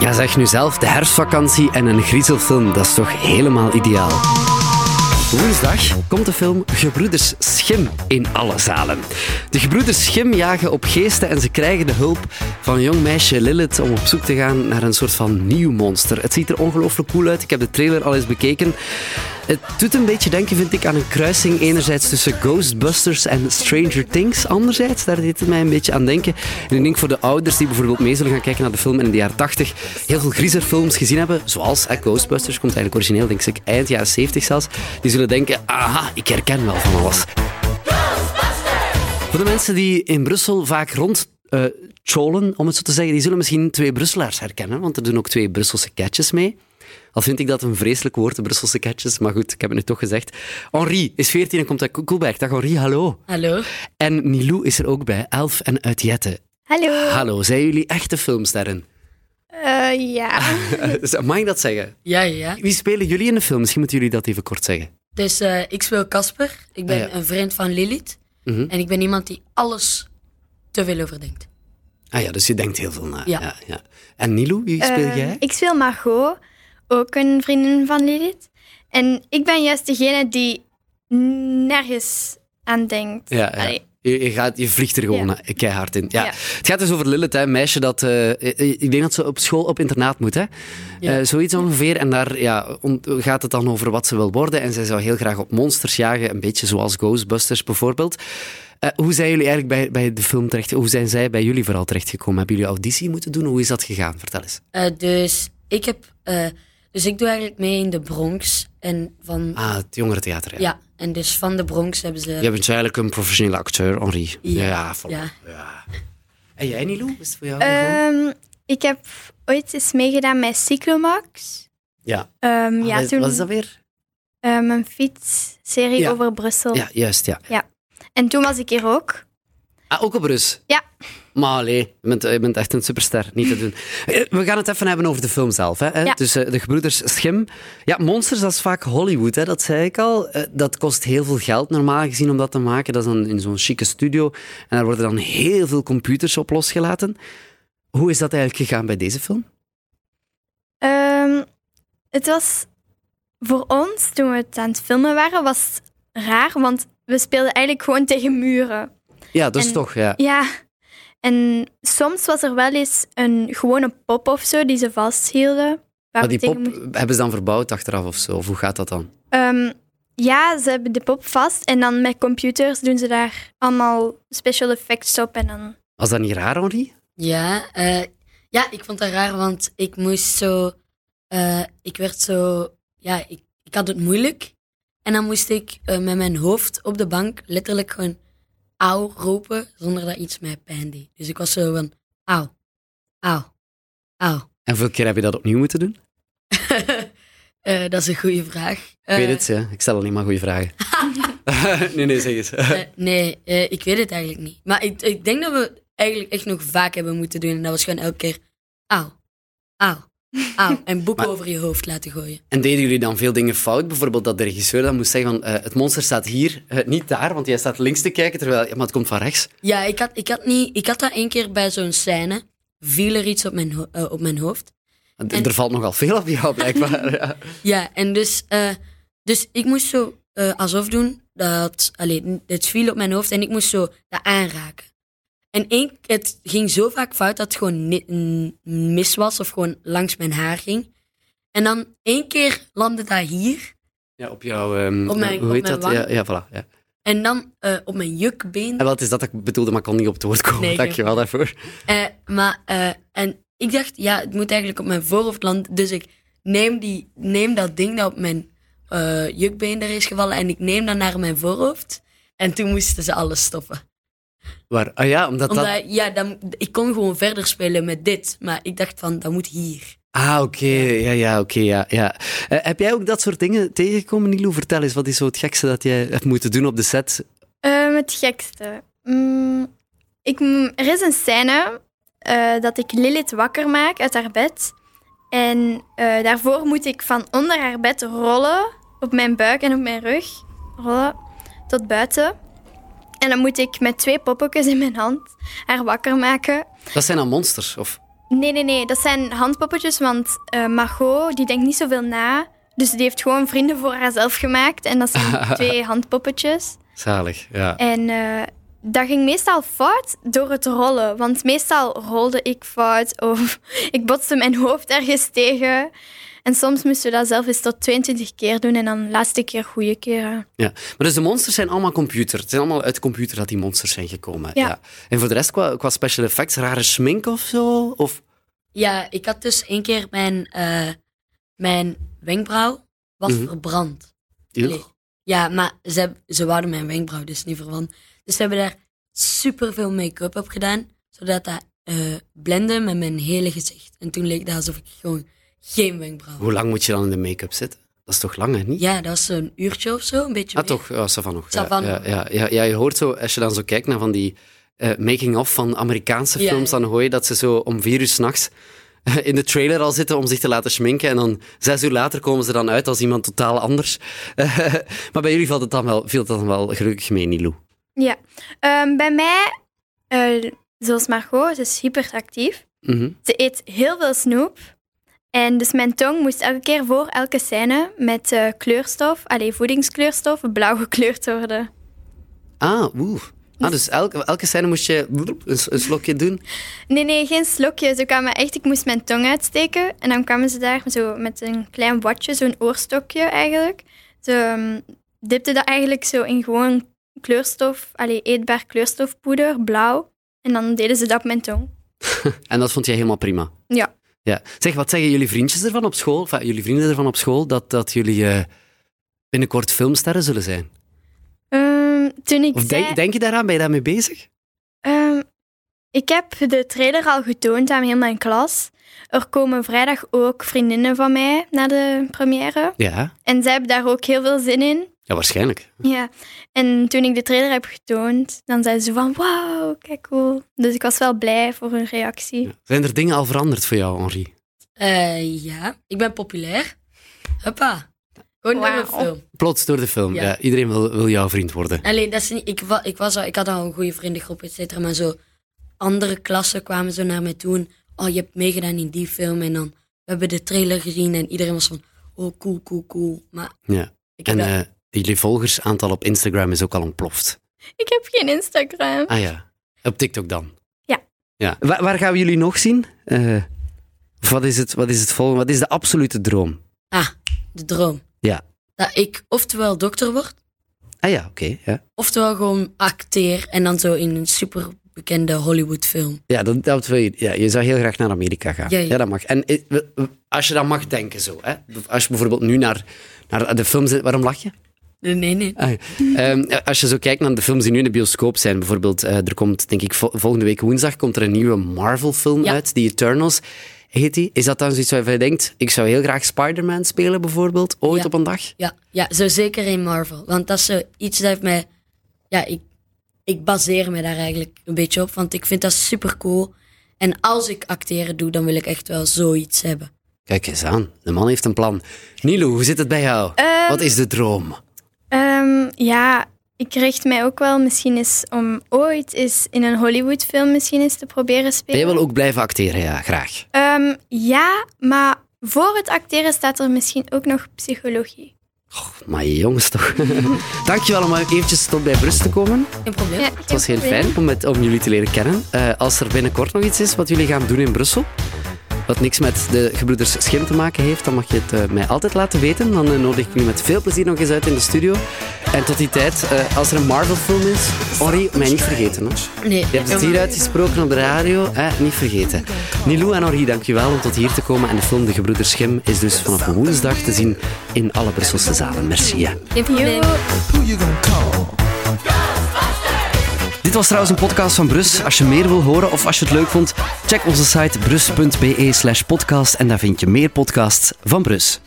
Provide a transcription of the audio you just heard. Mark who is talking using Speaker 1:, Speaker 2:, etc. Speaker 1: Ja, zeg nu zelf, de herfstvakantie en een griezelfilm, dat is toch helemaal ideaal. Woensdag komt de film Gebroeders Schim in alle zalen. De gebroeders Schim jagen op geesten en ze krijgen de hulp van jong meisje Lilith om op zoek te gaan naar een soort van nieuw monster. Het ziet er ongelooflijk cool uit. Ik heb de trailer al eens bekeken. Het doet een beetje denken, vind ik, aan een kruising enerzijds tussen Ghostbusters en Stranger Things. Anderzijds, daar deed het mij een beetje aan denken. En ik denk voor de ouders die bijvoorbeeld mee zullen gaan kijken naar de film en in de jaren 80 heel veel griezerfilms gezien hebben, zoals hè, Ghostbusters, komt eigenlijk origineel, denk ik, eind jaren 70 zelfs, die zullen denken, aha, ik herken wel van alles. Voor de mensen die in Brussel vaak rond eh cholen, om het zo te zeggen, die zullen misschien twee Brusselaars herkennen, want er doen ook twee Brusselse catches mee. Al vind ik dat een vreselijk woord, de Brusselse catches, maar goed, ik heb het nu toch gezegd. Henri is 14 en komt uit Ko- Koelberg. Dag Henri, hallo.
Speaker 2: Hallo.
Speaker 1: En Nilou is er ook bij, 11 en uit Jette.
Speaker 3: Hallo.
Speaker 1: Hallo, zijn jullie echte filmsterren?
Speaker 3: Eh, ja.
Speaker 1: Ah, Z- Mag ik dat zeggen?
Speaker 2: Ja, ja. ja.
Speaker 1: Wie spelen jullie in de film? Misschien moeten jullie dat even kort zeggen.
Speaker 2: Dus eh, ik speel Casper. Ik ben
Speaker 1: Ah, ja. Mhm.
Speaker 2: een vriend van Lilith. En ik ben iemand die alles te veel overdenkt.
Speaker 1: Ah ja, dus je denkt heel veel na.
Speaker 2: Ja.
Speaker 1: Ja, ja. En Nilou, wie speel
Speaker 3: Ehm,
Speaker 1: jij?
Speaker 3: Ik speel Margot, ook een vriendin van Lilith. En ik ben juist degene die nergens aan denkt.
Speaker 1: Ja, Oh, ja.
Speaker 3: Allee,
Speaker 1: Je, je gaat, je vliegt er gewoon eh, keihard in. Ja.
Speaker 3: Ja.
Speaker 1: Het gaat dus over Lilith, hè, een meisje dat... eh, eh, ik denk dat ze op school op internaat moet, hè? Eh, zoiets ongeveer. En daar ja, on- gaat het dan over wat ze wil worden. En zij zou heel graag op monsters jagen. Een beetje zoals Ghostbusters bijvoorbeeld. Eh, hoe zijn jullie eigenlijk bij, bij de film terecht... Hoe zijn zij bij jullie vooral terechtgekomen? Hebben jullie auditie moeten doen? Hoe is dat gegaan? Vertel eens.
Speaker 2: Eh, dus ik heb... eh, dus ik doe eigenlijk mee in de Bronx. En van...
Speaker 1: Ah, het jongerentheater, ja.
Speaker 2: Ja, en dus van de Bronx hebben ze...
Speaker 1: Je bent eigenlijk een professionele acteur, Henri.
Speaker 2: Ja.
Speaker 1: voilà.
Speaker 2: Ja.
Speaker 1: En jij, Nilou? Is het voor jou?
Speaker 3: ehm, ik heb ooit eens meegedaan met Cyclomax.
Speaker 1: ja.
Speaker 3: Ehm, ja,
Speaker 1: Wat-
Speaker 3: toen
Speaker 1: Wat is Ah, dat weer?
Speaker 3: ehm, een fietsserie
Speaker 1: Ja.
Speaker 3: over Brussel.
Speaker 1: Ja, juist, ja.
Speaker 3: En toen was ik hier ook.
Speaker 1: Ah, ook op Rus?
Speaker 3: Ja.
Speaker 1: Maar allee, je bent, eh, je bent echt een superster, niet te doen. Eh, We gaan het even hebben over de film zelf. Hè?
Speaker 3: Ja.
Speaker 1: Dus eh, de gebroeders Schim. Ja, Monsters, dat is vaak Hollywood, hè? dat zei ik al. Eh, dat kost heel veel geld normaal gezien om dat te maken. Dat is dan in zo'n chique studio. En daar worden dan heel veel computers op losgelaten. Hoe is dat eigenlijk gegaan bij deze film?
Speaker 3: Ehm, het was voor ons, toen we het aan het filmen waren, was het raar, want we speelden eigenlijk gewoon tegen muren.
Speaker 1: Ja, dus
Speaker 3: En-
Speaker 1: toch, ja.
Speaker 3: Ja, en soms was er wel eens een gewone pop of zo die ze vasthielden. waar
Speaker 1: Maar
Speaker 3: we
Speaker 1: die
Speaker 3: tegen
Speaker 1: pop
Speaker 3: moesten-
Speaker 1: hebben ze dan verbouwd achteraf of zo? Of hoe gaat dat dan?
Speaker 3: Ehm, ja, ze hebben de pop vast en dan met computers doen ze daar allemaal special effects op en dan...
Speaker 1: Was dat niet raar, Henri?
Speaker 2: Ja, eh, ja, ik vond dat raar, want ik moest zo... eh, ik werd zo... Ja, ik, ik had het moeilijk. En dan moest ik eh, met mijn hoofd op de bank letterlijk gewoon auw roepen, zonder dat iets mij pijn deed. Dus ik was zo van auw, auw, auw.
Speaker 1: En hoeveel keer heb je dat opnieuw moeten doen?
Speaker 2: Eh, dat is een goede vraag. Eh,
Speaker 1: Ik weet het, ja. ik stel alleen maar goede vragen. nee, nee, zeg eens.
Speaker 2: eh, nee, eh, ik weet het eigenlijk niet. Maar ik, ik denk dat we het eigenlijk echt nog vaak hebben moeten doen. En dat was gewoon elke keer auw, auw, auw. En boeken
Speaker 1: Maar-
Speaker 2: over je hoofd laten gooien.
Speaker 1: En deden jullie dan veel dingen fout? Bijvoorbeeld dat de regisseur dan moest zeggen van eh, het monster staat hier, eh, niet daar, want jij staat links te kijken, terwijl ja, maar het komt van rechts.
Speaker 2: Ja, ik had, ik had, niet, ik had dat één keer bij zo'n scène. Viel er iets op mijn, ho- eh, op mijn hoofd.
Speaker 1: D-
Speaker 2: En-
Speaker 1: Er valt nogal veel op jou, blijkbaar. ja.
Speaker 2: Ja, en dus, eh, dus ik moest zo eh, alsof doen dat. Allee, het viel op mijn hoofd en ik moest zo dat aanraken. En één, het ging zo vaak fout dat het gewoon ni- n- mis was of gewoon langs mijn haar ging. En dan één keer landde dat hier
Speaker 1: Ja, op jouw... ehm,
Speaker 2: Op mijn-
Speaker 1: eh,
Speaker 2: op
Speaker 1: hoe heet
Speaker 2: mijn
Speaker 1: dat? Ja,
Speaker 2: wang.
Speaker 1: ja, voilà. Ja.
Speaker 2: en dan eh, op mijn jukbeen.
Speaker 1: En wat is dat dat ik bedoelde, maar ik kon niet op het woord komen.
Speaker 2: Nee, geen
Speaker 1: Dankjewel daarvoor.
Speaker 2: Eh, maar, eh, en ik dacht, ja, het moet eigenlijk op mijn voorhoofd landen. Dus ik neem, die, neem dat ding dat op mijn eh, jukbeen er is gevallen en ik neem dat naar mijn voorhoofd. En toen moesten ze alles stoppen.
Speaker 1: Waar? Ah ja, omdat,
Speaker 2: Omdat,
Speaker 1: dat...
Speaker 2: ja, dan, ik kon gewoon verder spelen met dit. Maar ik dacht van, dat moet hier.
Speaker 1: Ah, oké. Ja, ja, oké. ja, ja. Eh, heb jij ook dat soort dingen tegengekomen, Nilo? Vertel eens, wat is zo het gekste dat jij hebt moeten doen op de set?
Speaker 3: Ehm, het gekste. Mm, ik, m- er is een scène eh, dat ik Lilith wakker maak uit haar bed. En eh, daarvoor moet ik van onder haar bed rollen, op mijn buik en op mijn rug, rollen tot buiten. En dan moet ik met twee poppetjes in mijn hand haar wakker maken.
Speaker 1: Dat zijn dan monsters, of...
Speaker 3: Nee, nee, nee. Dat zijn handpoppetjes, want eh Margot die denkt niet zoveel na. Dus die heeft gewoon vrienden voor haarzelf gemaakt. En dat zijn twee handpoppetjes.
Speaker 1: Zalig, ja.
Speaker 3: En eh, dat ging meestal fout door het rollen. Want meestal rolde ik fout of ik botste mijn hoofd ergens tegen. En soms moesten we dat zelf eens tot 22 keer doen en dan de laatste keer goede keren.
Speaker 1: ja. Maar dus de monsters zijn allemaal computer. Het zijn allemaal uit de computer dat die monsters zijn gekomen. Ja.
Speaker 3: Ja.
Speaker 1: En voor de rest, qua, qua special effects, rare schmink of zo? Of...
Speaker 2: Ja, ik had dus één keer mijn, eh, mijn wenkbrauw was
Speaker 1: Mhm.
Speaker 2: verbrand. Nee. Ja, maar ze, ze wouden mijn wenkbrauw dus niet verbrand. Dus ze hebben daar superveel make-up op gedaan. Zodat dat eh blende met mijn hele gezicht. En toen leek dat alsof ik gewoon geen wenkbrauw had.
Speaker 1: Hoe lang moet je dan in de make-up zitten? Dat is toch lang, hè? Niet?
Speaker 2: Ja, dat was zo'n uurtje of zo. Een beetje
Speaker 1: Ah,
Speaker 2: meer.
Speaker 1: toch? Ja, Savan nog.
Speaker 2: Savan.
Speaker 1: Ja, ja, ja, ja, je hoort zo, als je dan zo kijkt naar van die eh, making-of van Amerikaanse
Speaker 2: Ja,
Speaker 1: films,
Speaker 2: ja.
Speaker 1: dan hoor je dat ze zo om vier uur s'nachts eh, in de trailer al zitten om zich te laten schminken. En dan zes uur later komen ze dan uit als iemand totaal anders. maar bij jullie valt het dan wel, viel het dan wel gelukkig mee, Nilou.
Speaker 3: Ja. Ehm, bij mij, eh, zoals Margot, ze is hyperactief.
Speaker 1: Mhm.
Speaker 3: Ze eet heel veel snoep. En dus mijn tong moest elke keer voor elke scène met eh, kleurstof, allee, voedingskleurstof, blauw gekleurd worden.
Speaker 1: Ah, oeh. Ah, dus elke, elke scène moest je bloep, een, s- een slokje doen.
Speaker 3: Nee, nee, geen slokje. Ze kwamen echt, ik moest mijn tong uitsteken. En dan kwamen ze daar zo met een klein watje, zo'n oorstokje eigenlijk. Ze ehm, dipte dat eigenlijk zo in gewoon kleurstof, allee, eetbaar kleurstofpoeder, blauw. En dan deden ze dat op mijn tong.
Speaker 1: En dat vond jij helemaal prima.
Speaker 3: Ja.
Speaker 1: ja. Zeg, wat zeggen jullie vriendjes ervan op school? Enfin, jullie vrienden ervan op school dat, dat jullie eh, binnenkort filmsterren zullen zijn?
Speaker 3: Ehm, toen ik
Speaker 1: Of
Speaker 3: zei...
Speaker 1: denk, denk je daaraan? Ben je daarmee bezig?
Speaker 3: Ehm, ik heb de trailer al getoond aan heel mijn klas. Er komen vrijdag ook vriendinnen van mij naar de première.
Speaker 1: Ja.
Speaker 3: En zij hebben daar ook heel veel zin in.
Speaker 1: Ja, waarschijnlijk.
Speaker 3: Ja. En toen ik de trailer heb getoond, dan zeiden ze van wauw, kijk cool. Dus ik was wel blij voor hun reactie.
Speaker 1: Ja. Zijn er dingen al veranderd voor jou, Henri?
Speaker 2: Eh, ja, ik ben populair. Huppa. Gewoon door een
Speaker 3: Wauw.
Speaker 2: film.
Speaker 1: Plots door de film. Ja.
Speaker 2: Ja.
Speaker 1: iedereen wil, wil jouw vriend worden.
Speaker 2: Alleen, dat is niet, ik, wa- ik, was al, ik had al een goede vriendengroep, et cetera. Maar zo, andere klassen kwamen zo naar mij toe. en, oh, je hebt meegedaan in die film. En dan, we hebben de trailer gezien. En iedereen was van, oh, cool, cool, cool. Maar
Speaker 1: Ja.
Speaker 2: ik heb
Speaker 1: En
Speaker 2: dat-
Speaker 1: eh, jullie volgersaantal op Instagram is ook al ontploft.
Speaker 3: Ik heb geen Instagram.
Speaker 1: Ah ja. Op TikTok dan?
Speaker 3: Ja.
Speaker 1: ja. Wa- waar gaan we jullie nog zien? Eh, of wat is, het, wat is het volgende? Wat is de absolute droom?
Speaker 2: Ah, de droom.
Speaker 1: Ja.
Speaker 2: Dat ik oftewel dokter word,
Speaker 1: Ah ja, oké. ja.
Speaker 2: oftewel gewoon acteer. En dan zo in een superbekende Hollywoodfilm.
Speaker 1: Ja, dat, dat wil je. Ja, je zou heel graag naar Amerika gaan. Ja,
Speaker 2: Ja, ja.
Speaker 1: dat mag. En eh, we- we- als je dat mag denken zo. Hè? Als je bijvoorbeeld nu naar, naar de film zit. Waarom lach je?
Speaker 2: Nee, nee, nee.
Speaker 1: Ah, ja. Ehm, als je zo kijkt naar de films die nu in de bioscoop zijn, bijvoorbeeld, eh, er komt, denk ik, vol- volgende week woensdag komt er een nieuwe Marvel-film
Speaker 2: Ja.
Speaker 1: uit, die Eternals. Heet die? Is dat dan zoiets waarvan je denkt, ik zou heel graag Spider-Man spelen bijvoorbeeld, ooit
Speaker 2: Ja.
Speaker 1: op een dag?
Speaker 2: Ja, ja, zo zeker in Marvel. Want dat is zo iets dat heeft mij... Ja, ik, ik baseer me daar eigenlijk een beetje op. Want ik vind dat super cool. En als ik acteren doe, dan wil ik echt wel zoiets hebben.
Speaker 1: Kijk eens aan, de man heeft een plan. Nilo, hoe zit het bij jou?
Speaker 3: Ehm,
Speaker 1: Wat is de droom?
Speaker 3: Ehm, ja, ik richt mij ook wel misschien eens om ooit eens in een Hollywoodfilm misschien eens te proberen
Speaker 1: Jij
Speaker 3: spelen.
Speaker 1: wil ook blijven acteren, ja, graag.
Speaker 3: Ehm, ja, maar voor het acteren staat er misschien ook nog psychologie.
Speaker 1: Maar jongens toch. Dankjewel om eventjes tot bij Brust te komen.
Speaker 2: Geen probleem.
Speaker 3: Ja,
Speaker 1: Het was heel fijn om, met, om jullie te leren kennen. Eh, als er binnenkort nog iets is wat jullie gaan doen in Brussel, wat niks met de gebroeders Schim te maken heeft, dan mag je het eh, mij altijd laten weten. Dan eh, nodig ik jullie met veel plezier nog eens uit in de studio. En tot die tijd, eh, als er een Marvel-film is, Ori, mij niet vergeten. Hoor.
Speaker 2: Nee,
Speaker 1: Je hebt het hier uitgesproken op de radio, hè? niet vergeten. Nilou en Henri, dankjewel om tot hier te komen. En de film De Gebroeders Schim is dus vanaf woensdag te zien in alle Brusselse zalen. Merci. hè.
Speaker 2: geen probleem.
Speaker 4: Who you gonna call?
Speaker 1: Dit was trouwens een podcast van Brus. Als je meer wil horen of als je het leuk vond, check onze site brus.be slash podcast en daar vind je meer podcasts van Brus.